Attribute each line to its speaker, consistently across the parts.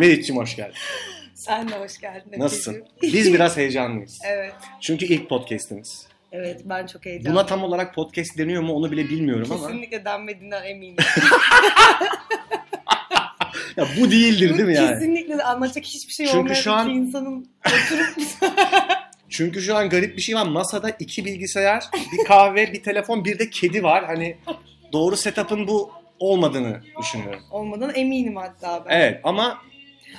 Speaker 1: Meriç'cim hoş geldin.
Speaker 2: Sen de hoş geldin.
Speaker 1: Nasılsın?
Speaker 2: Efe'cim.
Speaker 1: Biz biraz heyecanlıyız.
Speaker 2: Evet.
Speaker 1: Çünkü ilk podcast'imiz.
Speaker 2: Evet ben çok heyecanlıyım.
Speaker 1: Buna tam olarak podcast deniyor mu onu bile bilmiyorum ama.
Speaker 2: Kesinlikle denmediğinden eminim.
Speaker 1: Ya bu değildir değil mi yani?
Speaker 2: Kesinlikle de anlatacak hiçbir şey
Speaker 1: Çünkü
Speaker 2: olmayan
Speaker 1: şu
Speaker 2: şu
Speaker 1: an-
Speaker 2: iki insanın oturup
Speaker 1: Çünkü şu an garip bir şey var. Masada iki bilgisayar, bir kahve, bir telefon, bir de kedi var. Hani doğru setup'ın bu olmadığını düşünüyorum.
Speaker 2: olmadan eminim hatta ben.
Speaker 1: Evet ama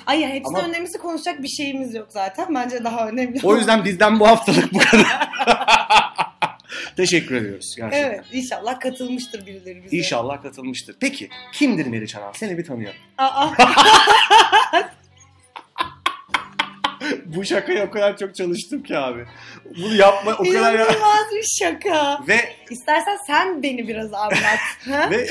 Speaker 2: Ay ya hepsinin
Speaker 1: Ama-
Speaker 2: önemlisi konuşacak bir şeyimiz yok zaten. Bence daha önemli.
Speaker 1: o yüzden bizden bu haftalık bu kadar. Teşekkür ediyoruz gerçekten.
Speaker 2: Evet inşallah katılmıştır birileri bize.
Speaker 1: İnşallah katılmıştır. Peki kimdir Meriç Aral? Seni bir tanıyorum.
Speaker 2: Aa,
Speaker 1: bu şakaya o kadar çok çalıştım ki abi. Bunu yapma o kadar ya.
Speaker 2: inanılmaz bir şaka.
Speaker 1: Ve
Speaker 2: İstersen sen beni biraz anlat. ha?
Speaker 1: Ve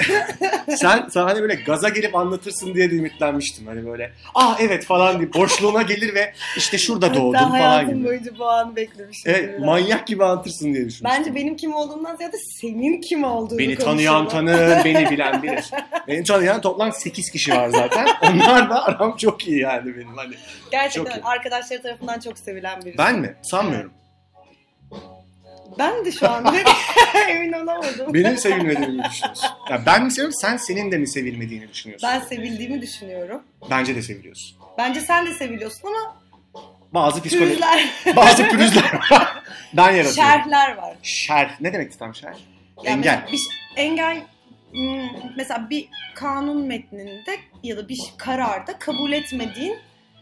Speaker 1: sen, sen hani böyle gaza gelip anlatırsın diye de ümitlenmiştim. Hani böyle ah evet falan diye boşluğuna gelir ve işte şurada doğdum
Speaker 2: Hatta
Speaker 1: falan
Speaker 2: hayatım
Speaker 1: gibi.
Speaker 2: boyunca bu anı beklemişim.
Speaker 1: Evet,
Speaker 2: Ben-
Speaker 1: manyak gibi anlatırsın diye düşünmüştüm.
Speaker 2: Bence benim kim olduğumdan ziyade senin kim olduğunu
Speaker 1: Beni tanıyan
Speaker 2: konuşalım.
Speaker 1: tanır, beni bilen bilir. Beni tanıyan toplam 8 kişi var zaten. Onlar da aram çok iyi yani benim hani.
Speaker 2: Gerçekten
Speaker 1: Çok iyi.
Speaker 2: arkadaşları tarafından çok sevilen biri.
Speaker 1: Ben mi? Sanmıyorum.
Speaker 2: Ben de şu an emin olamadım.
Speaker 1: Benim sevilmediğimi düşünüyorsun. Ya ben mi seviyorum, sen senin de mi sevilmediğini düşünüyorsun?
Speaker 2: Ben sevildiğimi düşünüyorum.
Speaker 1: Bence de seviliyorsun.
Speaker 2: Bence sen de seviliyorsun ama
Speaker 1: Bazı psikoloji,
Speaker 2: pürüzler,
Speaker 1: bazı pürüzler ben yaratıyorum.
Speaker 2: şerhler var.
Speaker 1: Şerh. Ne demekti tam şerh?
Speaker 2: Yani
Speaker 1: Engel.
Speaker 2: mesela Bir, ş- engel hmm, mesela bir kanun metninde ya da bir ş- kararda kabul etmediğin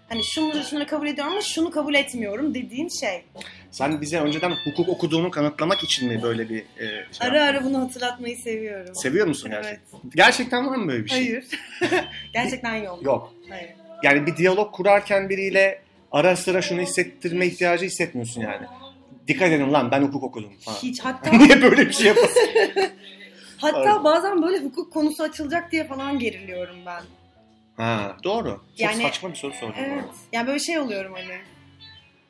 Speaker 2: hani şunları şunları kabul ediyorum ama şunu kabul etmiyorum dediğin şey.
Speaker 1: Sen bize önceden hukuk okuduğunu kanıtlamak için mi böyle bir e, şey
Speaker 2: Ara
Speaker 1: yaptın?
Speaker 2: ara bunu hatırlatmayı seviyorum.
Speaker 1: Seviyor musun gerçekten?
Speaker 2: Evet.
Speaker 1: Gerçekten var mı böyle bir şey?
Speaker 2: Hayır. Gerçekten yok.
Speaker 1: Yok.
Speaker 2: Hayır.
Speaker 1: Yani bir diyalog kurarken biriyle ara sıra şunu hissettirme ihtiyacı hissetmiyorsun yani. Dikkat edin lan ben hukuk okudum falan.
Speaker 2: Hiç hatta
Speaker 1: Niye böyle bir şey yapasın?
Speaker 2: hatta bazen böyle hukuk konusu açılacak diye falan geriliyorum ben.
Speaker 1: ha, doğru. Çok
Speaker 2: Yani-
Speaker 1: saçma bir soru sordum.
Speaker 2: Evet. Yani böyle şey oluyorum hani.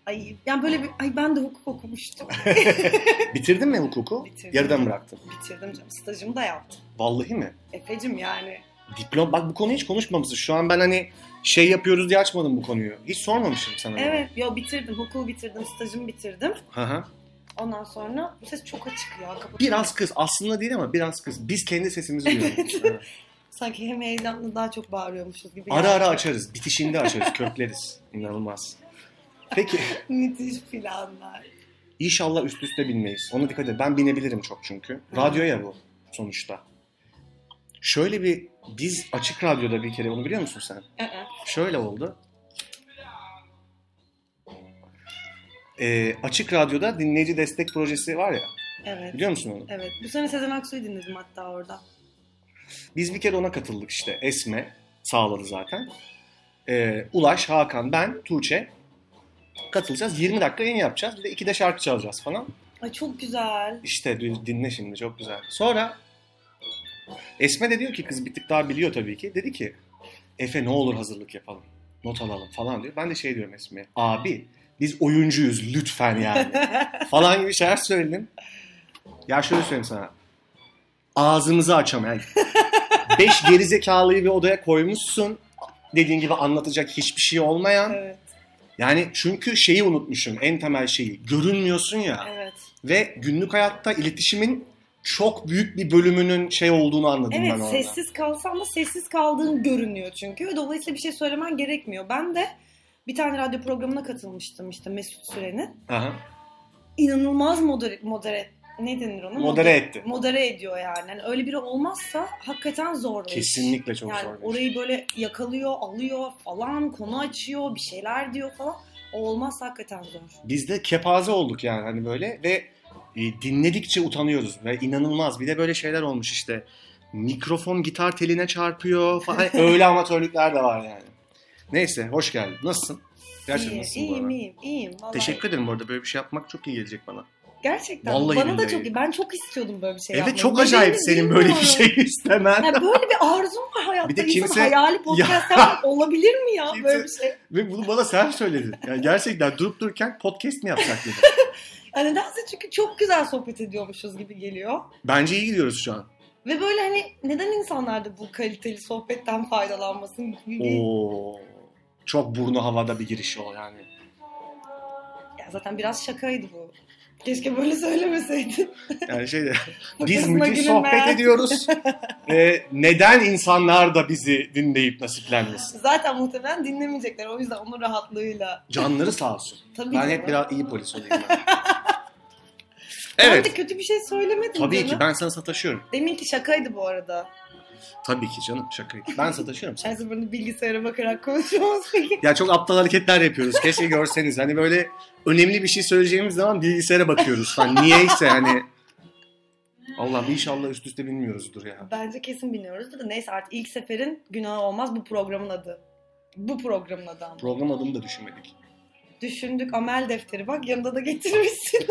Speaker 2: Ay yani böyle bir ay ben de hukuk okumuştum.
Speaker 1: Bitirdin mi hukuku?
Speaker 2: Bitirdim.
Speaker 1: Yarıda mı bıraktın?
Speaker 2: Bitirdim canım. Stajımı da yaptım.
Speaker 1: Vallahi mi?
Speaker 2: Efecim yani.
Speaker 1: Diplom, bak bu konuyu hiç konuşmamışız. Şu an ben hani şey yapıyoruz diye açmadım bu konuyu. Hiç sormamışım sana. bunu.
Speaker 2: Evet. Yo bitirdim. Hukuku bitirdim. Stajımı bitirdim.
Speaker 1: Hı hı.
Speaker 2: Ondan sonra bu ses çok açık ya. Kapat-
Speaker 1: Biraz kız. Aslında değil ama biraz kız. Biz kendi sesimizi duyuyoruz. Evet.
Speaker 2: Sanki hem heyecanlı daha çok bağırıyormuşuz gibi.
Speaker 1: ara
Speaker 2: geldi.
Speaker 1: ara açarız. Bitişinde açarız. Kökleriz. İnanılmaz. Peki.
Speaker 2: Müthiş planlar.
Speaker 1: inşallah üst üste binmeyiz. Ona dikkat et. Ben binebilirim çok çünkü. Radyo ya bu sonuçta. Şöyle bir biz açık radyoda bir kere onu biliyor musun sen?
Speaker 2: Ee,
Speaker 1: Şöyle oldu. Ee, açık radyoda dinleyici destek projesi var ya.
Speaker 2: evet.
Speaker 1: Biliyor musun onu?
Speaker 2: Evet. Bu sene Sezen Aksu'yu dinledim hatta orada.
Speaker 1: Biz bir kere ona katıldık işte. Esme sağladı zaten. Ee, Ulaş, Hakan, ben, Tuğçe katılacağız. 20 dakika yayın yapacağız. Bir de iki de şarkı çalacağız falan.
Speaker 2: Ay çok güzel.
Speaker 1: İşte du- dinle şimdi çok güzel. Sonra Esme de diyor ki kız bir tık daha biliyor tabii ki. Dedi ki Efe ne olur hazırlık yapalım. Not alalım falan diyor. Ben de şey diyorum Esme'ye. Abi biz oyuncuyuz lütfen yani. falan gibi şeyler söyledim. Ya şöyle söyleyeyim sana. Ağzımızı açamayan. Beş gerizekalıyı bir odaya koymuşsun. Dediğin gibi anlatacak hiçbir şey olmayan.
Speaker 2: Evet.
Speaker 1: Yani çünkü şeyi unutmuşum. En temel şeyi. Görünmüyorsun ya
Speaker 2: Evet.
Speaker 1: ve günlük hayatta iletişimin çok büyük bir bölümünün şey olduğunu anladım ben
Speaker 2: Evet
Speaker 1: orada.
Speaker 2: sessiz kalsan da sessiz kaldığın görünüyor çünkü. Dolayısıyla bir şey söylemen gerekmiyor. Ben de bir tane radyo programına katılmıştım işte Mesut Süren'in.
Speaker 1: Aha.
Speaker 2: İnanılmaz modere, modere ne denir ona?
Speaker 1: Modere etti.
Speaker 2: Modere ediyor yani. Hani öyle biri olmazsa hakikaten zor. o iş.
Speaker 1: Kesinlikle çok
Speaker 2: yani
Speaker 1: zor. bir şey.
Speaker 2: orayı böyle yakalıyor, alıyor falan, konu açıyor, bir şeyler diyor falan. O olmazsa hakikaten zor.
Speaker 1: Biz de kepaze olduk yani hani böyle ve e, dinledikçe utanıyoruz ve inanılmaz. Bir de böyle şeyler olmuş işte. Mikrofon gitar teline çarpıyor falan. Hani Öyle amatörlükler de var yani. Neyse hoş geldin. Nasılsın? Gerçekten
Speaker 2: İyi,
Speaker 1: nasılsın bu
Speaker 2: iyiyim,
Speaker 1: arada?
Speaker 2: iyiyim, iyiyim. Vallahi.
Speaker 1: Teşekkür ederim bu arada. Böyle bir şey yapmak çok iyi gelecek bana.
Speaker 2: Gerçekten.
Speaker 1: Vallahi
Speaker 2: Bana da
Speaker 1: billahi.
Speaker 2: çok iyi. Ben çok istiyordum böyle bir şey
Speaker 1: evet
Speaker 2: yapmayı.
Speaker 1: çok acayip
Speaker 2: Nedenini
Speaker 1: senin böyle bir
Speaker 2: bilmiyorum.
Speaker 1: şey istemen.
Speaker 2: Ya böyle bir arzum var hayatta.
Speaker 1: Bir de
Speaker 2: Bir
Speaker 1: kimse-
Speaker 2: hayali podcast yapmak olabilir mi ya
Speaker 1: Kimse-
Speaker 2: böyle bir şey?
Speaker 1: Ve bunu bana sen söyledin. Yani gerçekten durup dururken podcast mi yapsak dedim.
Speaker 2: Ya nedense çünkü çok güzel sohbet ediyormuşuz gibi geliyor.
Speaker 1: Bence iyi gidiyoruz şu an.
Speaker 2: Ve böyle hani neden insanlar da bu kaliteli sohbetten faydalanmasın gibi bir-
Speaker 1: Oo. Çok burnu havada bir giriş o yani.
Speaker 2: Ya zaten biraz şakaydı bu. Keşke böyle söylemeseydin.
Speaker 1: Yani şey de,
Speaker 2: Bu
Speaker 1: biz
Speaker 2: kısma
Speaker 1: müthiş
Speaker 2: gülünme.
Speaker 1: sohbet ediyoruz. Ee, neden insanlar da bizi dinleyip nasiplenmesin?
Speaker 2: Zaten muhtemelen dinlemeyecekler. O yüzden onun rahatlığıyla.
Speaker 1: Canları sağ olsun.
Speaker 2: Tabii
Speaker 1: Ben
Speaker 2: ki
Speaker 1: hep
Speaker 2: ama.
Speaker 1: biraz iyi polis olayım. ben.
Speaker 2: Ben de
Speaker 1: evet.
Speaker 2: kötü bir şey söylemedim
Speaker 1: Tabii
Speaker 2: canım.
Speaker 1: ki ben sana sataşıyorum.
Speaker 2: Demin ki şakaydı bu arada.
Speaker 1: Tabii ki canım şakaydı. Ben sataşıyorum sana.
Speaker 2: Her zaman bilgisayara bakarak konuşuyoruz peki.
Speaker 1: Ya çok aptal hareketler yapıyoruz. Keşke görseniz. Hani böyle önemli bir şey söyleyeceğimiz zaman bilgisayara bakıyoruz. Hani niyeyse hani. Allah inşallah üst üste bilmiyoruzdur ya.
Speaker 2: Bence kesin bilmiyoruzdur da neyse artık ilk seferin günahı olmaz bu programın adı. Bu programın adı ama.
Speaker 1: Program adını da düşünmedik.
Speaker 2: Düşündük amel defteri bak yanında da getirmişsin.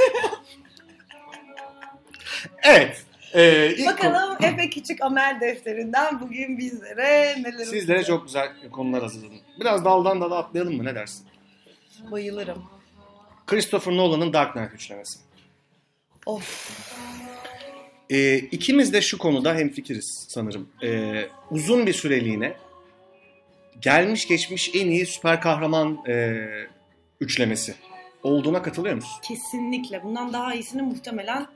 Speaker 1: Evet. Ee, ilk
Speaker 2: Bakalım Efe Küçük Amel defterinden bugün bizlere neler
Speaker 1: Sizlere çok güzel konular hazırladım. Biraz daldan dala atlayalım mı ne dersin?
Speaker 2: Bayılırım.
Speaker 1: Christopher Nolan'ın Dark Knight üçlemesi.
Speaker 2: Of
Speaker 1: Ee, ikimiz de şu konuda hemfikiriz sanırım. Ee, uzun bir süreliğine gelmiş geçmiş en iyi süper kahraman e, üçlemesi olduğuna katılıyor musun?
Speaker 2: kesinlikle bundan daha iyisini muhtemelen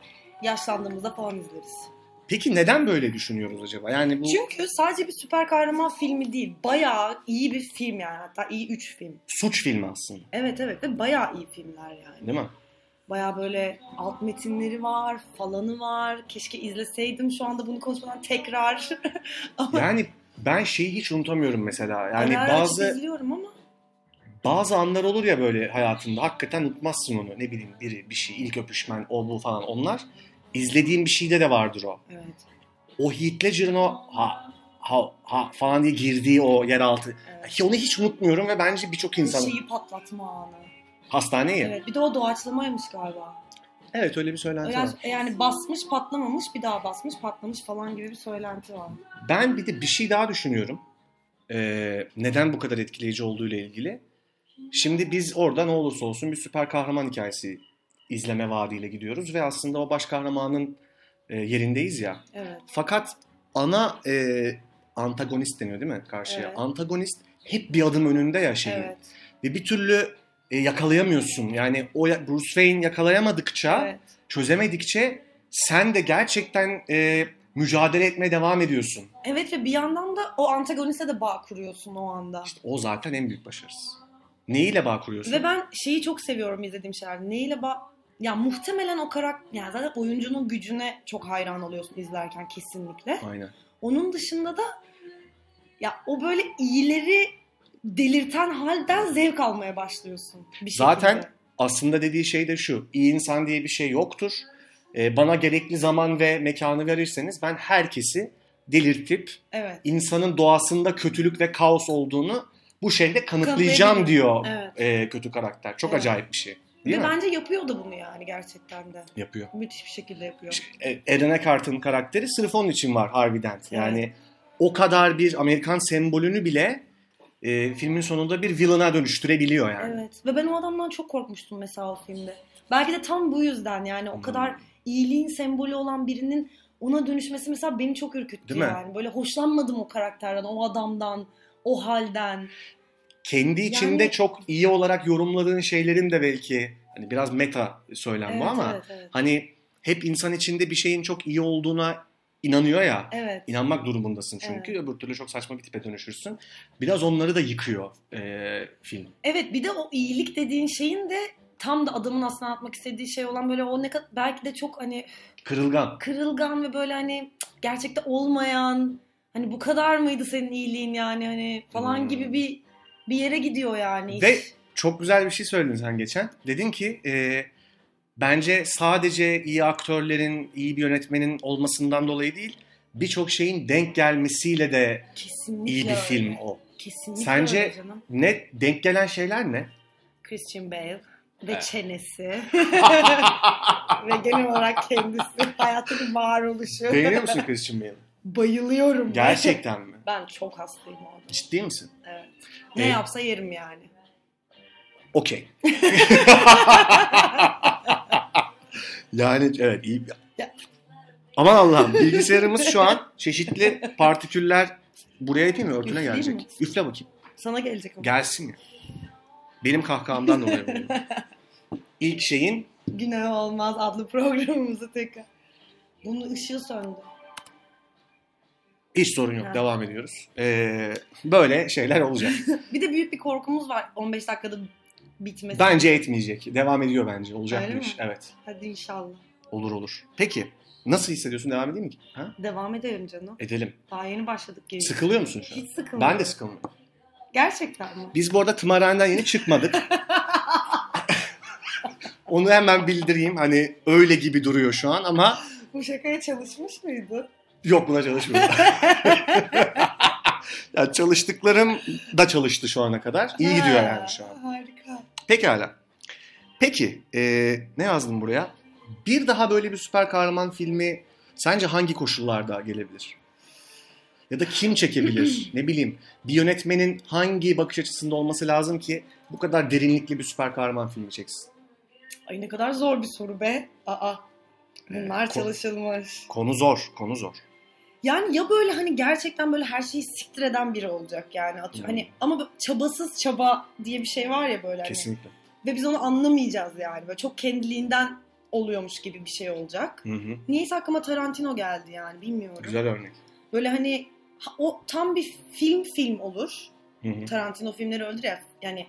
Speaker 2: yaşlandığımızda falan izleriz.
Speaker 1: Peki neden böyle düşünüyoruz acaba? Yani bu
Speaker 2: Çünkü sadece bir süper kahraman filmi değil. Bayağı iyi bir film yani. Hatta iyi 3 film.
Speaker 1: suç filmi aslında
Speaker 2: Evet evet ve bayağı iyi filmler yani.
Speaker 1: değil mi?
Speaker 2: Bayağı böyle alt metinleri var, falanı var. Keşke izleseydim şu anda bunu konuşmadan tekrar.
Speaker 1: Yani ben şeyi hiç unutamıyorum mesela. Yani
Speaker 2: Ara ara açıp
Speaker 1: bazı
Speaker 2: izliyorum ama
Speaker 1: bazı anlar olur ya böyle hayatında. Hakikaten unutmazsın onu. Ne bileyim biri bir şey ilk öpüşmen o bu falan onlar. İzlediğim bir şeyde de vardır o.
Speaker 2: evet.
Speaker 1: O Heath Ledger'ın o ha ha ha falan diye girdiği o yeraltı.
Speaker 2: evet.
Speaker 1: Ki Onu hiç unutmuyorum ve bence birçok
Speaker 2: Bir
Speaker 1: insan
Speaker 2: şeyi patlatma anı.
Speaker 1: hastaneye. Evet.
Speaker 2: Şey- Evet. Bir de o doğaçlamaymış galiba.
Speaker 1: öyle bir söylenti var.
Speaker 2: Yani, yani basmış patlamamış bir daha basmış patlamış falan gibi bir söylenti var.
Speaker 1: Ben bir de bir şey daha düşünüyorum. Ee, neden bu kadar etkileyici olduğu ile ilgili. Şimdi biz orada ne olursa olsun bir süper kahraman hikayesi izleme vaadiyle gidiyoruz ve aslında o baş kahramanın e, yerindeyiz ya.
Speaker 2: Evet.
Speaker 1: Fakat ana e, antagonist deniyor değil mi karşıya?
Speaker 2: Evet.
Speaker 1: Antagonist hep bir adım önünde ya şeyin.
Speaker 2: Evet.
Speaker 1: Ve bir türlü e, yakalayamıyorsun. Yani o ya- Bruce Wayne yakalayamadıkça
Speaker 2: Evet.
Speaker 1: çözemedikçe sen de gerçekten e, mücadele etmeye devam ediyorsun.
Speaker 2: Evet ve bir yandan da o antagoniste de bağ kuruyorsun o anda.
Speaker 1: İşte o zaten en büyük başarısı. Neyiyle bağ kuruyorsun?
Speaker 2: Ve ben şeyi çok seviyorum izlediğim şeylerde. Neyle bağ... Ya muhtemelen o karakter... Yani zaten oyuncunun gücüne çok hayran oluyorsun izlerken kesinlikle.
Speaker 1: Aynen.
Speaker 2: Onun dışında da ya o böyle iyileri delirten halden zevk almaya başlıyorsun. Bir şekilde.
Speaker 1: Zaten- Aslında dediği şey de şu. İyi insan diye bir şey yoktur. Ee, bana gerekli zaman ve mekanı verirseniz ben herkesi delirtip
Speaker 2: Evet.
Speaker 1: insanın doğasında kötülük ve kaos olduğunu bu şekilde kanıtlayacağım
Speaker 2: Kanıtlayabilirim.
Speaker 1: diyor
Speaker 2: Evet.
Speaker 1: e, kötü karakter. Çok
Speaker 2: Evet.
Speaker 1: acayip bir şey. Değil
Speaker 2: ve
Speaker 1: mi?
Speaker 2: bence yapıyor da bunu yani gerçekten de.
Speaker 1: Yapıyor.
Speaker 2: Müthiş bir şekilde yapıyor.
Speaker 1: E, Eren Eckhart'ın karakteri sırf onun için var harbiden. Yani o kadar bir Amerikan sembolünü bile e, filmin sonunda bir villain'a dönüştürebiliyor yani.
Speaker 2: Evet ve ben o adamdan çok korkmuştum mesela o filmde. Belki de tam bu yüzden yani o
Speaker 1: Hmm.
Speaker 2: kadar iyiliğin sembolü olan birinin ona dönüşmesi mesela beni çok ürküttü
Speaker 1: Değil mi?
Speaker 2: yani. Böyle hoşlanmadım o karakterden, o adamdan, o halden.
Speaker 1: kendi içinde
Speaker 2: Yani-
Speaker 1: çok iyi olarak yorumladığın şeylerin de belki hani biraz meta söylem
Speaker 2: Evet,
Speaker 1: bu ama
Speaker 2: evet, evet.
Speaker 1: hani hep insan içinde bir şeyin çok iyi olduğuna inanıyor ya.
Speaker 2: Evet.
Speaker 1: İnanmak durumundasın çünkü öbür türlü çok saçma bir tipe dönüşürsün. Biraz onları da yıkıyor e, film.
Speaker 2: Evet, bir de o iyilik dediğin şeyin de tam da adamın aslında anlatmak istediği şey olan böyle o ne kadar belki de çok hani
Speaker 1: Kırılgan.
Speaker 2: kırılgan ve böyle hani cık, gerçekte olmayan hani bu kadar mıydı senin iyiliğin yani hani falan
Speaker 1: Hmm.
Speaker 2: gibi bir bir yere gidiyor yani. iş.
Speaker 1: Ve çok güzel bir şey söyledin sen geçen. Dedin ki e, bence sadece iyi aktörlerin, iyi bir yönetmenin olmasından dolayı değil birçok şeyin denk gelmesiyle de
Speaker 2: Kesinlikle
Speaker 1: iyi bir
Speaker 2: öyle.
Speaker 1: film o.
Speaker 2: Kesinlikle
Speaker 1: Sence-
Speaker 2: öyle canım.
Speaker 1: Ne denk gelen şeyler ne?
Speaker 2: Christian Bale ve
Speaker 1: Evet.
Speaker 2: çenesi ve genel olarak kendisi hayatın varoluşu.
Speaker 1: Beğeniyor musun Christian Bale'ı?
Speaker 2: Bayılıyorum. ben.
Speaker 1: Gerçekten mi?
Speaker 2: Ben çok hastayım abi.
Speaker 1: Ciddi misin?
Speaker 2: Evet. Ne
Speaker 1: Evet.
Speaker 2: yapsa yerim yani.
Speaker 1: Okey. yani evet iyi.
Speaker 2: Ya,
Speaker 1: Aman Allah'ım bilgisayarımız şu an çeşitli partiküller buraya değil mi örtüne
Speaker 2: Üfleyeyim
Speaker 1: gelecek.
Speaker 2: mi?
Speaker 1: Üfle bakayım.
Speaker 2: Sana gelecek o.
Speaker 1: Gelsin ya. Benim kahkahamdan dolayı oluyor. İlk şeyin
Speaker 2: Günah olmaz adlı programımızı tekrar. Bunun ışığı söndü.
Speaker 1: hiç sorun yok.
Speaker 2: Ha.
Speaker 1: Devam ediyoruz. Ee, böyle şeyler olacak.
Speaker 2: Bir de büyük bir korkumuz var 15 dakikada bitmesi.
Speaker 1: Bence etmeyecek. Devam ediyor bence. Olacak
Speaker 2: Öyle
Speaker 1: bir iş.
Speaker 2: mi?
Speaker 1: Evet.
Speaker 2: Hadi inşallah.
Speaker 1: Olur olur. Peki. Nasıl hissediyorsun? Devam edeyim mi? Ha?
Speaker 2: Devam edelim canım.
Speaker 1: Edelim.
Speaker 2: Daha yeni başladık geri.
Speaker 1: Sıkılıyor musun şu an?
Speaker 2: Hiç sıkılmıyorum.
Speaker 1: Ben de sıkılmıyorum.
Speaker 2: Gerçekten mi?
Speaker 1: Biz bu arada tımarhaneden yeni çıkmadık. Onu hemen bildireyim. Hani öyle gibi duruyor şu an ama
Speaker 2: Bu şakaya çalışmış mıydı?
Speaker 1: yok buna çalışmıyorum. yani çalıştıklarım da çalıştı şu ana kadar. İyi gidiyor yani şu an.
Speaker 2: Harika.
Speaker 1: Pekala. Peki e, ne yazdım buraya? Bir daha böyle bir süper kahraman filmi sence hangi koşullarda gelebilir? Ya da kim çekebilir? ne bileyim bir yönetmenin hangi bakış açısında olması lazım ki bu kadar derinlikli bir süper kahraman filmi çeksin?
Speaker 2: Ay ne kadar zor bir soru be. Aa. Bunlar
Speaker 1: Ee, ko-
Speaker 2: çalışılmış.
Speaker 1: Konu zor, konu zor.
Speaker 2: Yani ya böyle hani gerçekten böyle her şeyi siktir eden biri olacak yani. Atı-
Speaker 1: Hmm.
Speaker 2: Hani ama böyle çabasız çaba diye bir şey var ya böyle. Hani.
Speaker 1: Kesinlikle.
Speaker 2: Ve biz onu anlamayacağız yani. Böyle çok kendiliğinden oluyormuş gibi bir şey olacak.
Speaker 1: Hı hı.
Speaker 2: Niyeyse aklıma Tarantino geldi yani bilmiyorum.
Speaker 1: Hmm. Güzel örnek.
Speaker 2: Böyle hani ha- o tam bir film film olur.
Speaker 1: Hı hı.
Speaker 2: Tarantino filmleri öldür ya. Yani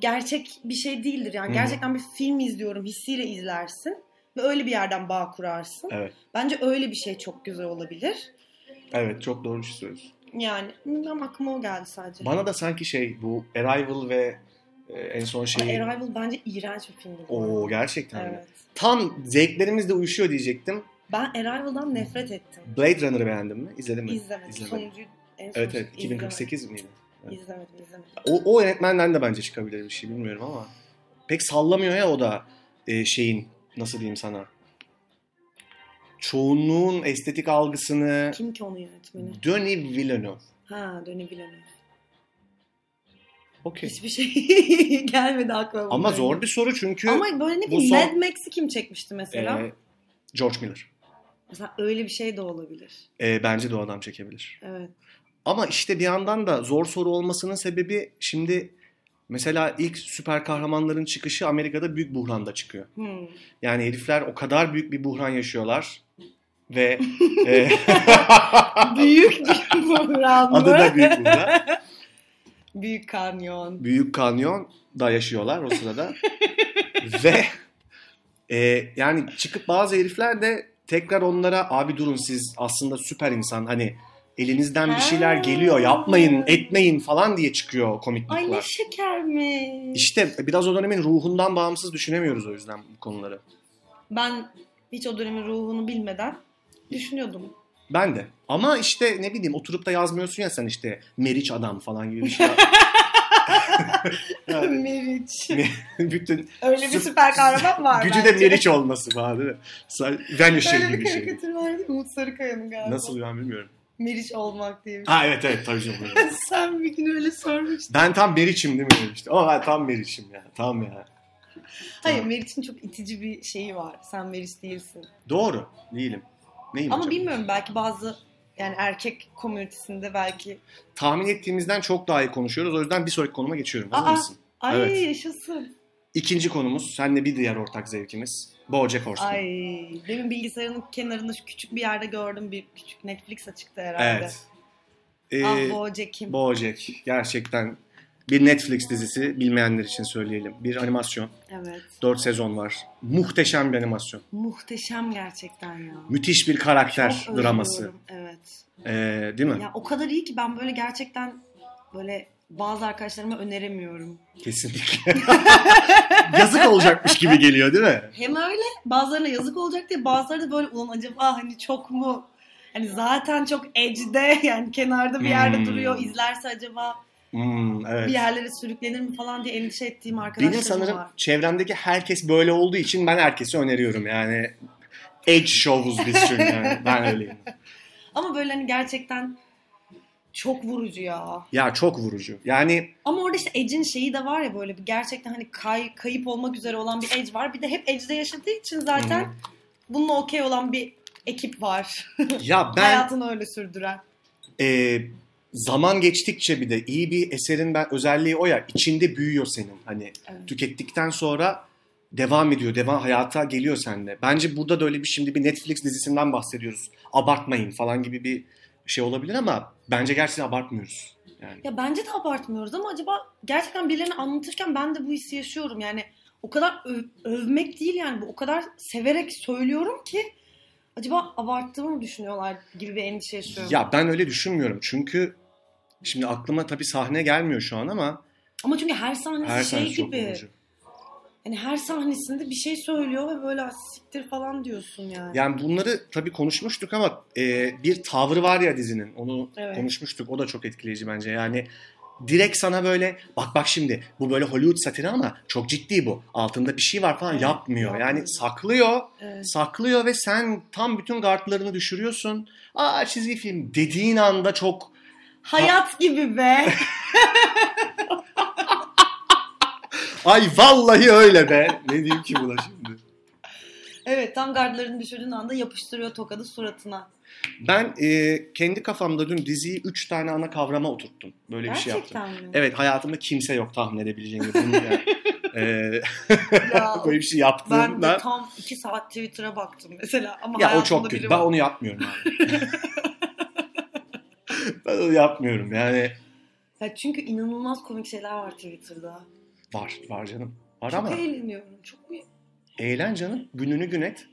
Speaker 2: gerçek bir şey değildir.
Speaker 1: Hı hı.
Speaker 2: Yani gerçekten bir film izliyorum hissiyle izlersin. Ve öyle bir yerden bağ kurarsın.
Speaker 1: Evet.
Speaker 2: Bence öyle bir şey çok güzel olabilir.
Speaker 1: Evet, çok doğru bir şey söylüyorsun.
Speaker 2: Yani bilmem aklıma o geldi sadece.
Speaker 1: Bana da sanki şey bu Arrival ve e, en son
Speaker 2: Ama
Speaker 1: şeyi...
Speaker 2: Arrival bence iğrenç bir filmdi. bu
Speaker 1: Oo
Speaker 2: arada.
Speaker 1: gerçekten mi?
Speaker 2: Evet.
Speaker 1: Tam zevklerimiz de uyuşuyor diyecektim.
Speaker 2: Ben Arrival'dan nefret ettim.
Speaker 1: Blade Runner'ı beğendin mi? İzledin mi?
Speaker 2: İzlemedim.
Speaker 1: İzlemedim.
Speaker 2: Sonuncuyu en son şey,
Speaker 1: Evet evet 2048 miydi?
Speaker 2: İzlemedim izlemedim.
Speaker 1: O, o yönetmenden de bence çıkabilir bir şey bilmiyorum ama. Pek sallamıyor ya o da e, şeyin nasıl diyeyim sana. Çoğunluğun estetik algısını
Speaker 2: Kim ki onun yönetmeni?
Speaker 1: Denis Villeneuve.
Speaker 2: Ha Denis Villeneuve.
Speaker 1: Okey.
Speaker 2: Hiçbir şey gelmedi aklıma.
Speaker 1: Ama zor bir soru çünkü
Speaker 2: Ama böyle ne
Speaker 1: bu
Speaker 2: bileyim
Speaker 1: son-
Speaker 2: Mad Max'i kim çekmişti mesela?
Speaker 1: e, George Miller.
Speaker 2: Mesela öyle bir şey de olabilir.
Speaker 1: E, bence de o adam çekebilir.
Speaker 2: Evet.
Speaker 1: Ama işte bir yandan da zor soru olmasının sebebi şimdi mesela ilk süper kahramanların çıkışı Amerika'da büyük buhranda çıkıyor.
Speaker 2: Hmm.
Speaker 1: Yani herifler o kadar büyük bir buhran yaşıyorlar ve e,
Speaker 2: büyük bir buhran mı?
Speaker 1: adı da büyük buhran.
Speaker 2: Büyük kanyon.
Speaker 1: Büyük kanyon da yaşıyorlar o sırada. ve e, yani çıkıp bazı herifler de tekrar onlara abi durun siz aslında süper insan hani elinizden bir şeyler
Speaker 2: Ha.
Speaker 1: geliyor yapmayın etmeyin falan diye çıkıyor komiklikler.
Speaker 2: Ay ne şekermiş.
Speaker 1: İşte biraz o dönemin ruhundan bağımsız düşünemiyoruz o yüzden bu konuları.
Speaker 2: Ben hiç o dönemin ruhunu bilmeden düşünüyordum.
Speaker 1: Ben de. Ama işte ne bileyim oturup da yazmıyorsun ya sen işte Meriç adam falan gibi bir şey. Yani
Speaker 2: Meriç.
Speaker 1: bütün
Speaker 2: Öyle bir
Speaker 1: Süp-
Speaker 2: süper kahraman var
Speaker 1: gücü de
Speaker 2: bence.
Speaker 1: Meriç olması falan değil mi? Sa- Vanisher
Speaker 2: Öyle
Speaker 1: gibi
Speaker 2: bir
Speaker 1: bir şey.
Speaker 2: karikatür var değil mi? Umut Sarıkaya'nın galiba.
Speaker 1: Nasıl ben bilmiyorum.
Speaker 2: Meriç olmak diye bir şey.
Speaker 1: Ha evet evet tabii canım.
Speaker 2: Sen bir gün öyle sormuştun.
Speaker 1: Ben tam Meriç'im değil mi demişti. Ama ben tam Meriç'im ya. Tam ya.
Speaker 2: Hayır Meriç'in çok itici bir şeyi var. Sen Meriç değilsin.
Speaker 1: Doğru. Değilim. Neyim
Speaker 2: Ama
Speaker 1: acaba?
Speaker 2: bilmiyorum belki bazı yani erkek komünitesinde belki.
Speaker 1: Tahmin ettiğimizden çok daha iyi konuşuyoruz. O yüzden bir sonraki konuma geçiyorum. Hazır
Speaker 2: Aa.
Speaker 1: mısın?
Speaker 2: Ay
Speaker 1: Evet.
Speaker 2: yaşasın.
Speaker 1: İkinci konumuz, senle bir diğer ortak zevkimiz. BoJack Horseman.
Speaker 2: Ay demin bilgisayarın kenarında şu küçük bir yerde gördüm. Bir küçük Netflix açıktı herhalde.
Speaker 1: Evet. Ee,
Speaker 2: ah Bojack'im.
Speaker 1: BoJack gerçekten bir Netflix dizisi bilmeyenler için söyleyelim. Bir animasyon.
Speaker 2: evet.
Speaker 1: 4 sezon var. Muhteşem bir animasyon.
Speaker 2: Muhteşem gerçekten ya.
Speaker 1: Müthiş bir karakter
Speaker 2: Çok
Speaker 1: draması.
Speaker 2: özlüyorum, Evet.
Speaker 1: Ee, değil mi?
Speaker 2: Ya o kadar iyi ki ben böyle gerçekten böyle bazı arkadaşlarıma öneremiyorum.
Speaker 1: Kesinlikle. Yazık olacakmış gibi geliyor değil mi?
Speaker 2: Hem öyle bazılarına yazık olacak diye bazıları da böyle ulan acaba hani çok mu hani zaten çok edge'de yani kenarda bir yerde
Speaker 1: Hmm.
Speaker 2: duruyor izlerse acaba
Speaker 1: Hmm,
Speaker 2: bir
Speaker 1: evet.
Speaker 2: yerlere sürüklenir mi falan diye endişe ettiğim arkadaşlarım
Speaker 1: Benim sanırım
Speaker 2: var.
Speaker 1: çevremdeki herkes böyle olduğu için ben herkese öneriyorum yani. Edge show'uz biz çünkü. yani. Ben öyleyim.
Speaker 2: Ama böyle hani gerçekten çok vurucu ya.
Speaker 1: Ya çok vurucu. Yani
Speaker 2: Ama orada işte Edge'in şeyi de var ya böyle bir gerçekten hani kay, kayıp olmak üzere olan bir Edge var. Bir de hep Edge'de yaşadığı için zaten bununla okey olan bir ekip var.
Speaker 1: Ya ben
Speaker 2: Hayatını öyle sürdüren.
Speaker 1: e, zaman geçtikçe bir de iyi bir eserin ben özelliği o ya içinde büyüyor senin hani
Speaker 2: Evet.
Speaker 1: tükettikten sonra devam ediyor devam hayata geliyor sende. Bence burada da öyle bir şimdi bir Netflix dizisinden bahsediyoruz. Abartmayın falan gibi bir şey olabilir ama bence gerçekten abartmıyoruz. Yani
Speaker 2: Ya bence de abartmıyoruz ama acaba gerçekten birilerini anlatırken ben de bu hissi yaşıyorum. Yani o kadar öv- övmek değil yani bu o kadar severek söylüyorum ki acaba abarttığımı mı düşünüyorlar gibi bir endişe yaşıyorum.
Speaker 1: ya ben öyle düşünmüyorum çünkü şimdi aklıma tabii sahne gelmiyor şu an ama
Speaker 2: Ama çünkü her sahnesi
Speaker 1: her
Speaker 2: şey
Speaker 1: sahnesi çok
Speaker 2: gibi.
Speaker 1: vurucu.
Speaker 2: Yani her sahnesinde bir şey söylüyor ve böyle "Ah, siktir falan diyorsun yani.
Speaker 1: Yani bunları tabii konuşmuştuk ama e, bir tavrı var ya dizinin. Onu
Speaker 2: Evet.
Speaker 1: konuşmuştuk. O da çok etkileyici bence. Yani direkt sana böyle bak bak şimdi bu böyle Hollywood satiri ama çok ciddi bu. Altında bir şey var falan
Speaker 2: Evet,
Speaker 1: yapmıyor.
Speaker 2: yapmıyor.
Speaker 1: Yani saklıyor.
Speaker 2: Evet.
Speaker 1: Saklıyor ve sen tam bütün gardlarını düşürüyorsun. Aa çizgi film dediğin anda çok
Speaker 2: Hayat gibi be.
Speaker 1: ay vallahi öyle be. ne diyeyim ki buna şimdi?
Speaker 2: evet tam gardlarını düşürdüğün anda yapıştırıyor tokadı suratına.
Speaker 1: Ben e, kendi kafamda dün diziyi 3 tane ana kavrama oturttum. Böyle bir şey yaptım.
Speaker 2: Gerçekten mi?
Speaker 1: Evet hayatımda kimse yok tahmin edebileceğin gibi. Bunu yani, eee,
Speaker 2: Ya,
Speaker 1: böyle bir şey
Speaker 2: ben de
Speaker 1: yaptığımda
Speaker 2: tam iki saat Twitter'a baktım mesela ama
Speaker 1: ya o
Speaker 2: hayatımda
Speaker 1: çok kötü.
Speaker 2: biri
Speaker 1: Ben
Speaker 2: var.
Speaker 1: onu yapmıyorum abi. ben onu yapmıyorum yani.
Speaker 2: Ya çünkü inanılmaz komik şeyler var Twitter'da.
Speaker 1: Var, var canım. Var
Speaker 2: çok
Speaker 1: ama
Speaker 2: eğleniyorum. Çok mu-
Speaker 1: eğlen canım. Gününü gün et.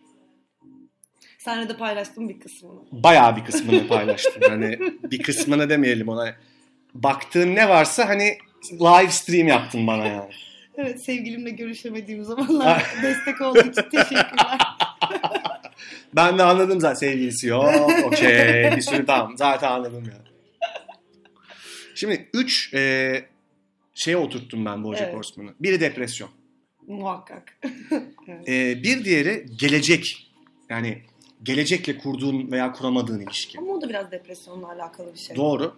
Speaker 2: Senle de paylaştım bir kısmını.
Speaker 1: Bayağı bir kısmını paylaştım. hani bir kısmını demeyelim ona. Baktığın ne varsa hani live stream yaptın bana yani.
Speaker 2: Evet sevgilimle görüşemediğim zamanlar destek olduğu için teşekkürler.
Speaker 1: Ben de anladım zaten sevgilisi yok. Okey. Bir sürü tamam. Zaten anladım ya. Şimdi 3 e, şeye oturttum ben Bojack
Speaker 2: Evet.
Speaker 1: Horseman'ı. Biri depresyon.
Speaker 2: Muhakkak. evet.
Speaker 1: E, bir diğeri gelecek. Yani gelecekle kurduğun veya kuramadığın ilişki.
Speaker 2: Ama o da biraz depresyonla alakalı bir şey.
Speaker 1: Doğru.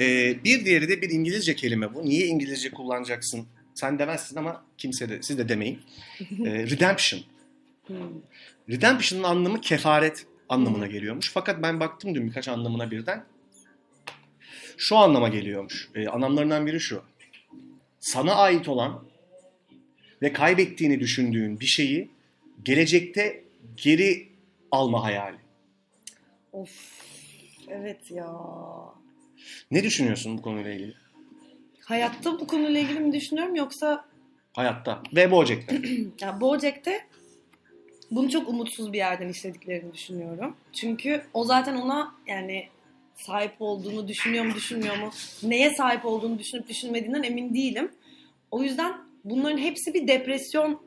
Speaker 1: E, bir diğeri de bir İngilizce kelime bu. Niye İngilizce kullanacaksın? Sen demezsin ama kimse de siz de demeyin. E, redemption.
Speaker 2: Hmm.
Speaker 1: Redemption'ın anlamı kefaret anlamına geliyormuş. Fakat ben baktım dün birkaç anlamına birden. Şu anlama geliyormuş. Ee, anlamlarından biri şu. Sana ait olan ve kaybettiğini düşündüğün bir şeyi gelecekte geri alma hayali.
Speaker 2: Of. Evet ya.
Speaker 1: Ne düşünüyorsun bu konuyla ilgili?
Speaker 2: Hayatta bu konuyla ilgili mi düşünüyorum yoksa
Speaker 1: Hayatta ve Bojack'ta.
Speaker 2: Ya Bojack'te bunu çok umutsuz bir yerden işlediklerini düşünüyorum. Çünkü o zaten ona yani sahip olduğunu düşünüyor mu düşünmüyor mu neye sahip olduğunu düşünüp düşünmediğinden emin değilim. O yüzden bunların hepsi bir depresyon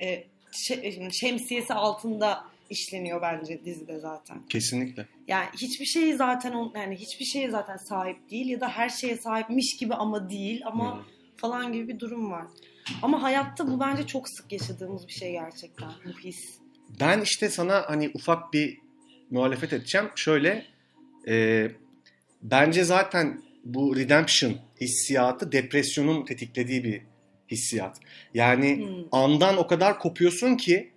Speaker 2: e, şe- şemsiyesi altında işleniyor bence dizide zaten.
Speaker 1: Kesinlikle.
Speaker 2: Yani hiçbir şey zaten on- yani hiçbir şeye zaten sahip değil ya da her şeye sahipmiş gibi ama değil ama
Speaker 1: Hmm.
Speaker 2: falan gibi bir durum var. Ama hayatta bu bence çok sık yaşadığımız bir şey gerçekten bu his.
Speaker 1: Ben işte sana hani ufak bir muhalefet edeceğim. Şöyle e, bence zaten bu redemption hissiyatı depresyonun tetiklediği bir hissiyat. Yani
Speaker 2: Hmm.
Speaker 1: andan o kadar kopuyorsun ki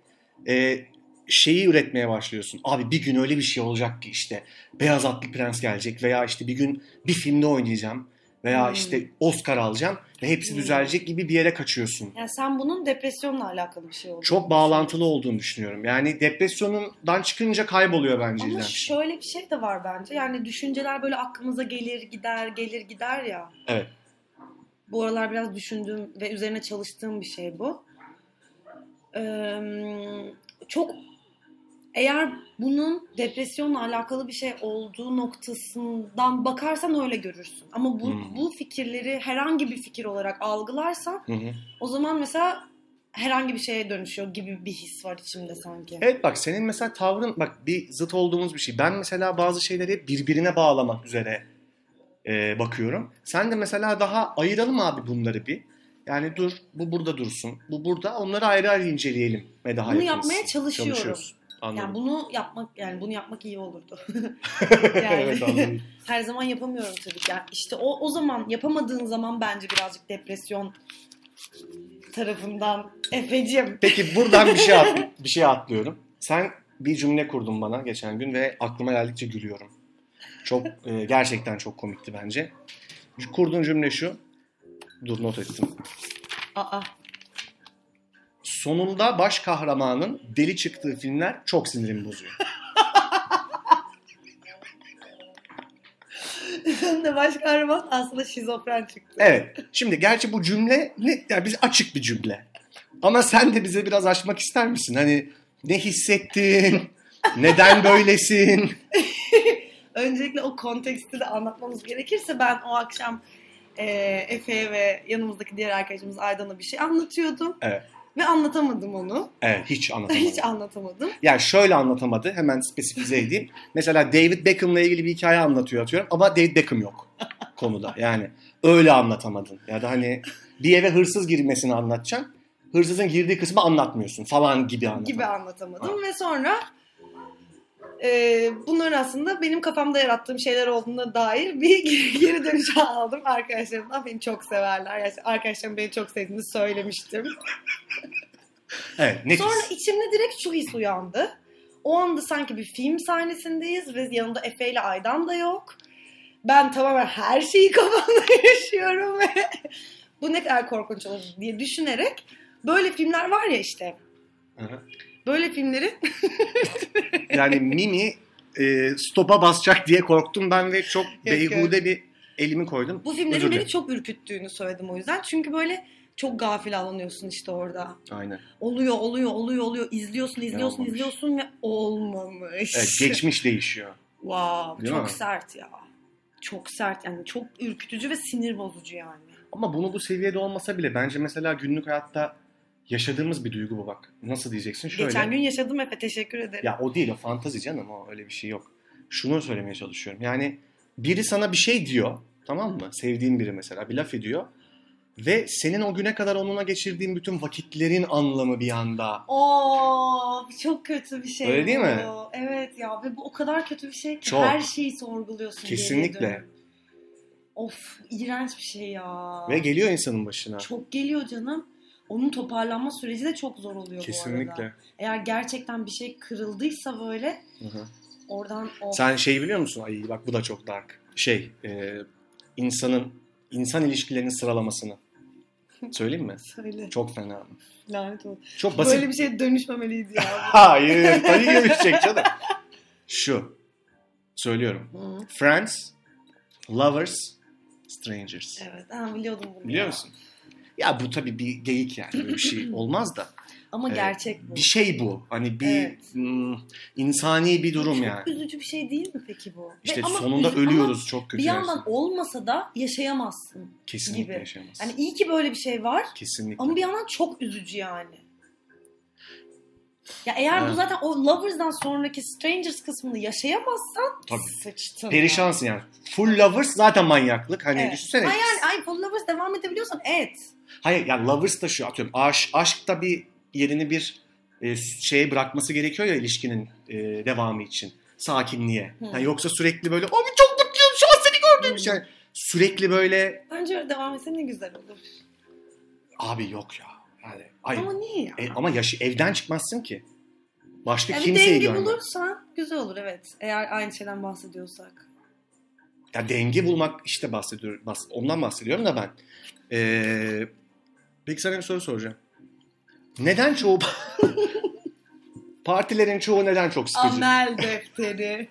Speaker 1: e, şeyi üretmeye başlıyorsun. Abi bir gün öyle bir şey olacak ki işte Beyaz Atlı Prens gelecek veya işte bir gün bir filmde oynayacağım veya
Speaker 2: Hmm.
Speaker 1: işte Oscar alacağım ve hepsi
Speaker 2: Hmm.
Speaker 1: düzelecek gibi bir yere kaçıyorsun
Speaker 2: Yani sen bunun depresyonla alakalı bir şey olduğunu
Speaker 1: çok bağlantılı olduğunu düşünüyorum. Yani depresyonundan çıkınca kayboluyor bence
Speaker 2: Ama
Speaker 1: İrlem.
Speaker 2: şöyle bir şey de var bence. Yani düşünceler böyle aklımıza gelir gider gelir gider ya.
Speaker 1: Evet.
Speaker 2: Bu aralar biraz düşündüğüm ve üzerine çalıştığım bir şey bu. Ee, çok eğer bunun depresyonla alakalı bir şey olduğu noktasından bakarsan öyle görürsün. Ama bu,
Speaker 1: Hmm.
Speaker 2: bu fikirleri herhangi bir fikir olarak algılarsan
Speaker 1: Hı hı.
Speaker 2: o zaman mesela herhangi bir şeye dönüşüyor gibi bir his var içimde sanki.
Speaker 1: Evet bak senin mesela tavrın bak bir zıt olduğumuz bir şey. Ben mesela bazı şeyleri hep birbirine bağlamak üzere e, bakıyorum. Sen de mesela daha ayıralım abi bunları bir. Yani dur bu burada dursun. Bu burada onları ayrı ayrı inceleyelim. Ve daha
Speaker 2: Bunu
Speaker 1: yakınız.
Speaker 2: yapmaya çalışıyorum.
Speaker 1: Çalışıyoruz. Anladım.
Speaker 2: Yani bunu yapmak yani bunu yapmak iyi olurdu.
Speaker 1: evet anladım.
Speaker 2: her zaman yapamıyorum tabii ki. Yani işte o o zaman yapamadığın zaman bence birazcık depresyon tarafından efecim.
Speaker 1: Peki buradan bir şey at- bir şey atlıyorum. Sen bir cümle kurdum bana geçen gün ve aklıma geldikçe gülüyorum. Çok e, gerçekten çok komikti bence. Şu kurduğun cümle şu. Dur not ettim.
Speaker 2: Aa.
Speaker 1: Sonunda baş kahramanın deli çıktığı filmler çok sinirimi bozuyor.
Speaker 2: de baş kahraman aslında şizofren çıktı.
Speaker 1: Evet. Şimdi gerçi bu cümle ne? Yani biz açık bir cümle. Ama sen de bize biraz açmak ister misin? Hani ne hissettin? Neden böylesin?
Speaker 2: Öncelikle o konteksti de anlatmamız gerekirse ben o akşam e, Efe'ye ve yanımızdaki diğer arkadaşımız Aydan'a bir şey anlatıyordum.
Speaker 1: Evet.
Speaker 2: Ve anlatamadım onu.
Speaker 1: Evet hiç anlatamadım.
Speaker 2: Hiç anlatamadım.
Speaker 1: Yani şöyle anlatamadı. Hemen spesifize edeyim. Mesela David Beckham'la ilgili bir hikaye anlatıyor atıyorum ama David Beckham yok konuda. Yani öyle anlatamadın. Ya da hani bir eve hırsız girmesini anlatacaksın. Hırsızın girdiği kısmı anlatmıyorsun falan gibi anlatamadın.
Speaker 2: gibi anlatamadım ve sonra e, bunların aslında benim kafamda yarattığım şeyler olduğuna dair bir geri dönüş aldım arkadaşlarımdan. Beni çok severler. Yani arkadaşlarım beni çok sevdiğini söylemiştim.
Speaker 1: Evet nefis.
Speaker 2: Sonra içimde direkt şu his uyandı. O anda sanki bir film sahnesindeyiz ve yanımda Efe ile Aydan da yok. Ben tamamen her şeyi kafamda yaşıyorum ve bu ne kadar korkunç olur diye düşünerek böyle filmler var ya işte.
Speaker 1: Hı hı.
Speaker 2: Böyle filmlerin
Speaker 1: Yani Mimi e, stopa basacak diye korktum ben ve çok
Speaker 2: Yok, yok.
Speaker 1: beyhude bir elimi koydum.
Speaker 2: Bu
Speaker 1: Özür
Speaker 2: filmlerin
Speaker 1: dilerim.
Speaker 2: beni çok ürküttüğünü söyledim o yüzden. Çünkü böyle çok gafil avlanıyorsun işte orada.
Speaker 1: Aynen.
Speaker 2: Oluyor, oluyor, oluyor, oluyor. İzliyorsun, izliyorsun,
Speaker 1: olmamış.
Speaker 2: izliyorsun ve olmamış.
Speaker 1: Evet, geçmiş değişiyor.
Speaker 2: Wow,
Speaker 1: Değil
Speaker 2: çok
Speaker 1: mi?
Speaker 2: sert ya. Çok sert yani çok ürkütücü ve sinir bozucu yani.
Speaker 1: Ama bunu bu seviyede olmasa bile bence mesela günlük hayatta yaşadığımız bir duygu bu bak. Nasıl diyeceksin? Şöyle.
Speaker 2: Geçen gün yaşadım Efe teşekkür ederim.
Speaker 1: Ya o değil o fantazi canım o öyle bir şey yok. Şunu söylemeye çalışıyorum. Yani biri sana bir şey diyor tamam mı? Sevdiğin biri mesela bir laf ediyor. Ve senin o güne kadar onunla geçirdiğin bütün vakitlerin anlamı bir anda.
Speaker 2: Oo çok kötü bir şey.
Speaker 1: Öyle değil mi?
Speaker 2: bu. Evet ya ve bu o kadar kötü bir şey ki
Speaker 1: Çok.
Speaker 2: her şeyi sorguluyorsun. geriye
Speaker 1: Kesinlikle.
Speaker 2: dönüp. Of iğrenç bir şey ya.
Speaker 1: Ve geliyor insanın başına.
Speaker 2: Çok geliyor canım. Onun toparlanma süreci de çok zor oluyor bu arada.
Speaker 1: Kesinlikle.
Speaker 2: Eğer gerçekten bir şey kırıldıysa böyle
Speaker 1: Hı hı.
Speaker 2: oradan o
Speaker 1: Sen şey biliyor musun? Ay bak bu da çok dark. Şey e, insanın insan ilişkilerinin sıralamasını. Söyleyeyim mi?
Speaker 2: söyle
Speaker 1: Çok fena.
Speaker 2: lanet olsun.
Speaker 1: Çok basit.
Speaker 2: Böyle bir şeye dönüşmemeliydi ya.
Speaker 1: Hayır. Tabii görüşecek canım. Şu. Söylüyorum.
Speaker 2: Hı.
Speaker 1: Friends, lovers, strangers.
Speaker 2: evet ha, biliyordum bunu.
Speaker 1: Biliyor
Speaker 2: ya.
Speaker 1: musun? Ya bu tabii bir geyik yani. Böyle bir şey olmaz da.
Speaker 2: Ama
Speaker 1: Ee,
Speaker 2: gerçek bu.
Speaker 1: Bir şey bu. Hani bir
Speaker 2: Evet.
Speaker 1: mm, insani bir durum
Speaker 2: Çok
Speaker 1: yani.
Speaker 2: üzücü bir şey değil mi peki bu? Ve
Speaker 1: İşte
Speaker 2: ama
Speaker 1: sonunda
Speaker 2: üzü-
Speaker 1: ölüyoruz çok
Speaker 2: ama
Speaker 1: kötü.
Speaker 2: bir yandan
Speaker 1: yersin.
Speaker 2: olmasa da yaşayamazsın.
Speaker 1: kesinlikle
Speaker 2: gibi.
Speaker 1: yaşayamaz.
Speaker 2: Yani iyi ki böyle bir şey var
Speaker 1: kesinlikle.
Speaker 2: ama bir yandan çok üzücü yani. Ya eğer bu
Speaker 1: Evet.
Speaker 2: zaten o Lovers'dan sonraki Strangers kısmını yaşayamazsan
Speaker 1: Tabii.
Speaker 2: sıçtın. ya.
Speaker 1: Perişansın yani. Full lovers zaten manyaklık. Hani
Speaker 2: Evet.
Speaker 1: düşünsene.
Speaker 2: Ay yani ay Full Lovers devam edebiliyorsan et.
Speaker 1: Hayır yani lovers da şu atıyorum. Aş, aşk da bir yerini bir e, şeye bırakması gerekiyor ya ilişkinin e, devamı için. Sakinliğe.
Speaker 2: Hı.
Speaker 1: Yani yoksa sürekli böyle abi çok mutluyum şu an seni gördüğüm
Speaker 2: Hı.
Speaker 1: için. Yani sürekli böyle
Speaker 2: Bence öyle devam etse ne güzel olur.
Speaker 1: abi yok ya. Yani, ay,
Speaker 2: Ama
Speaker 1: ama,
Speaker 2: niye ya?
Speaker 1: e, ama yaşı evden çıkmazsın ki. Başka
Speaker 2: yani bir
Speaker 1: kimseyi
Speaker 2: denge
Speaker 1: görmem.
Speaker 2: bulursan güzel olur evet. Eğer aynı şeyden bahsediyorsak.
Speaker 1: Ya denge bulmak işte bahsediyorum. bahs- ondan bahsediyorum da ben. Ee, peki sana bir soru soracağım. Neden çoğu partilerin çoğu neden çok sıkıcı?
Speaker 2: Amel defteri.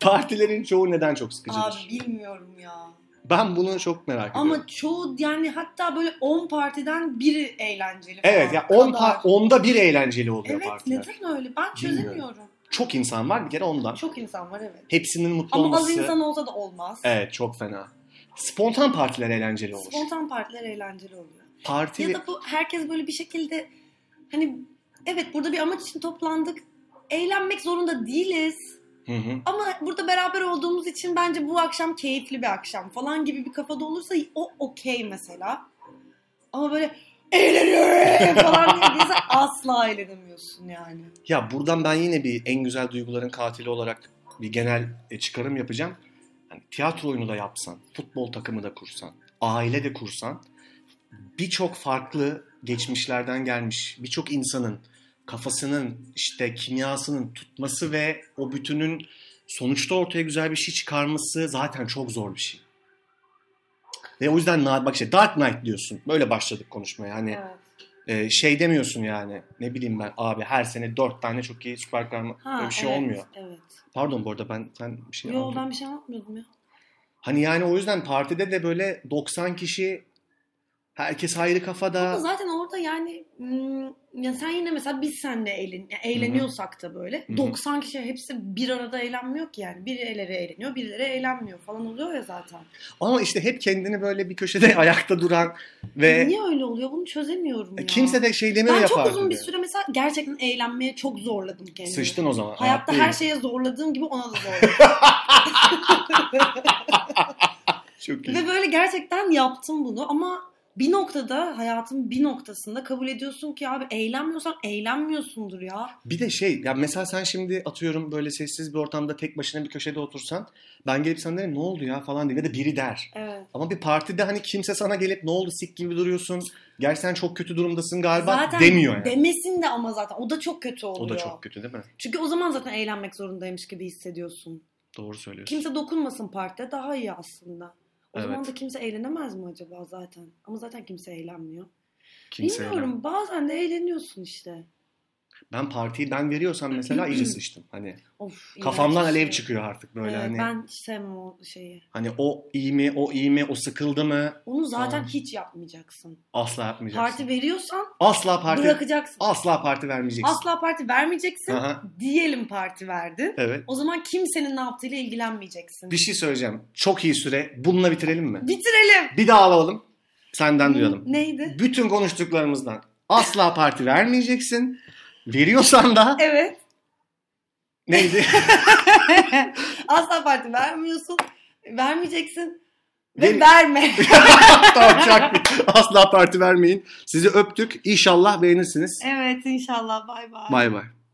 Speaker 1: Partilerin çoğu neden çok
Speaker 2: Abi
Speaker 1: sıkıcıdır?
Speaker 2: bilmiyorum ya.
Speaker 1: Ben bunu çok merak ediyorum.
Speaker 2: Ama çoğu yani hatta böyle 10 partiden biri eğlenceli.
Speaker 1: Evet
Speaker 2: falan.
Speaker 1: ya 10
Speaker 2: Kadar.
Speaker 1: pa- onda bir eğlenceli oluyor
Speaker 2: Evet
Speaker 1: partiler.
Speaker 2: neden öyle? Ben
Speaker 1: Bilmiyorum.
Speaker 2: çözemiyorum.
Speaker 1: Çok insan var bir kere ondan.
Speaker 2: Çok insan var evet.
Speaker 1: Hepsinin mutlu
Speaker 2: Ama az
Speaker 1: olması.
Speaker 2: insan olsa da olmaz.
Speaker 1: Evet çok fena. Spontan partiler eğlenceli olur.
Speaker 2: Spontan partiler eğlenceli oluyor.
Speaker 1: Partili
Speaker 2: Ya da bu herkes böyle bir şekilde hani evet burada bir amaç için toplandık. Eğlenmek zorunda değiliz.
Speaker 1: Hı hı.
Speaker 2: Ama burada beraber olduğumuz için bence bu akşam keyifli bir akşam falan gibi bir kafada olursa o okey mesela. Ama böyle eğleniyorum falan diye değilse asla eğlenemiyorsun yani.
Speaker 1: Ya buradan ben yine bir en güzel duyguların katili olarak bir genel e, çıkarım yapacağım. Hani tiyatro oyunu da yapsan, futbol takımı da kursan, aile de kursan birçok farklı geçmişlerden gelmiş, birçok insanın kafasının işte kimyasının tutması ve o bütünün sonuçta ortaya güzel bir şey çıkarması zaten çok zor bir şey. Ve o yüzden na- bak işte Dark Knight diyorsun. Böyle başladık konuşmaya. Hani
Speaker 2: Evet.
Speaker 1: e, şey demiyorsun yani. Ne bileyim ben abi her sene dört tane çok iyi süper kahraman
Speaker 2: Ha,
Speaker 1: öyle bir şey
Speaker 2: evet,
Speaker 1: olmuyor.
Speaker 2: Evet.
Speaker 1: Pardon bu arada ben sen bir şey
Speaker 2: Yo
Speaker 1: anlatıyordun.
Speaker 2: ben bir şey anlatmıyordum ya.
Speaker 1: Hani yani o yüzden partide de böyle 90 kişi herkes ayrı kafada.
Speaker 2: Ama zaten orada yani mm, ya sen yine mesela biz seninle eğlen, ya eğleniyorsak da böyle
Speaker 1: Hı hı.
Speaker 2: 90 kişi hepsi bir arada eğlenmiyor ki yani. Birileri eğleniyor, birileri eğlenmiyor falan oluyor ya zaten.
Speaker 1: Ama işte hep kendini böyle bir köşede ayakta duran ve
Speaker 2: Niye öyle oluyor? Bunu çözemiyorum ya.
Speaker 1: kimse de şey demiyor
Speaker 2: ben
Speaker 1: ya
Speaker 2: çok uzun
Speaker 1: partide.
Speaker 2: bir süre mesela gerçekten eğlenmeye çok zorladım kendimi.
Speaker 1: Sıçtın o zaman.
Speaker 2: Hayatta
Speaker 1: Hayatta
Speaker 2: her şey- şeye zorladığım gibi ona da zorladım.
Speaker 1: Çok iyi.
Speaker 2: Ve böyle gerçekten yaptım bunu ama bir noktada hayatın bir noktasında kabul ediyorsun ki abi eğlenmiyorsan eğlenmiyorsundur ya.
Speaker 1: Bir de şey ya mesela sen şimdi atıyorum böyle sessiz bir ortamda tek başına bir köşede otursan ben gelip sana derim ne oldu ya falan diye ya da biri der.
Speaker 2: Evet.
Speaker 1: Ama bir partide hani kimse sana gelip ne oldu sik gibi duruyorsun. Gerçi sen çok kötü durumdasın galiba
Speaker 2: Zaten
Speaker 1: demiyor yani.
Speaker 2: demesin de ama zaten o da çok kötü oluyor.
Speaker 1: O da çok kötü değil mi?
Speaker 2: Çünkü o zaman zaten eğlenmek zorundaymış gibi hissediyorsun.
Speaker 1: Doğru söylüyorsun.
Speaker 2: Kimse dokunmasın partide daha iyi aslında. O
Speaker 1: Evet.
Speaker 2: zaman da kimse eğlenemez mi acaba zaten? Ama zaten kimse eğlenmiyor.
Speaker 1: Kimse
Speaker 2: Bilmiyorum bazen de eğleniyorsun işte.
Speaker 1: Ben partiyi ben veriyorsam mesela iyice sıçtım. Hani
Speaker 2: Of.
Speaker 1: kafamdan
Speaker 2: iğrenç bir
Speaker 1: alev
Speaker 2: şey.
Speaker 1: çıkıyor artık böyle
Speaker 2: Evet,
Speaker 1: hani.
Speaker 2: Ben hiç sevmem o şeyi.
Speaker 1: Hani o iyi mi, o iyi mi, o sıkıldı mı?
Speaker 2: Onu zaten
Speaker 1: Aa.
Speaker 2: hiç yapmayacaksın.
Speaker 1: Asla yapmayacaksın.
Speaker 2: Parti veriyorsan
Speaker 1: asla parti
Speaker 2: bırakacaksın.
Speaker 1: asla parti vermeyeceksin.
Speaker 2: Asla parti vermeyeceksin.
Speaker 1: Aha,
Speaker 2: Diyelim parti verdin.
Speaker 1: evet.
Speaker 2: O zaman kimsenin ne yaptığıyla ilgilenmeyeceksin.
Speaker 1: Bir şey söyleyeceğim. Çok iyi süre. Bununla bitirelim mi?
Speaker 2: Bitirelim.
Speaker 1: Bir daha alalım. Senden duyalım.
Speaker 2: Neydi?
Speaker 1: Bütün konuştuklarımızdan asla parti vermeyeceksin. Veriyorsan da
Speaker 2: Evet.
Speaker 1: neydi?
Speaker 2: Asla parti vermiyorsun. Vermeyeceksin. Ve
Speaker 1: Verin.
Speaker 2: verme.
Speaker 1: tamam şarkı. Asla parti vermeyin. Sizi öptük. İnşallah beğenirsiniz.
Speaker 2: evet inşallah. Bay bay.
Speaker 1: Bay bay.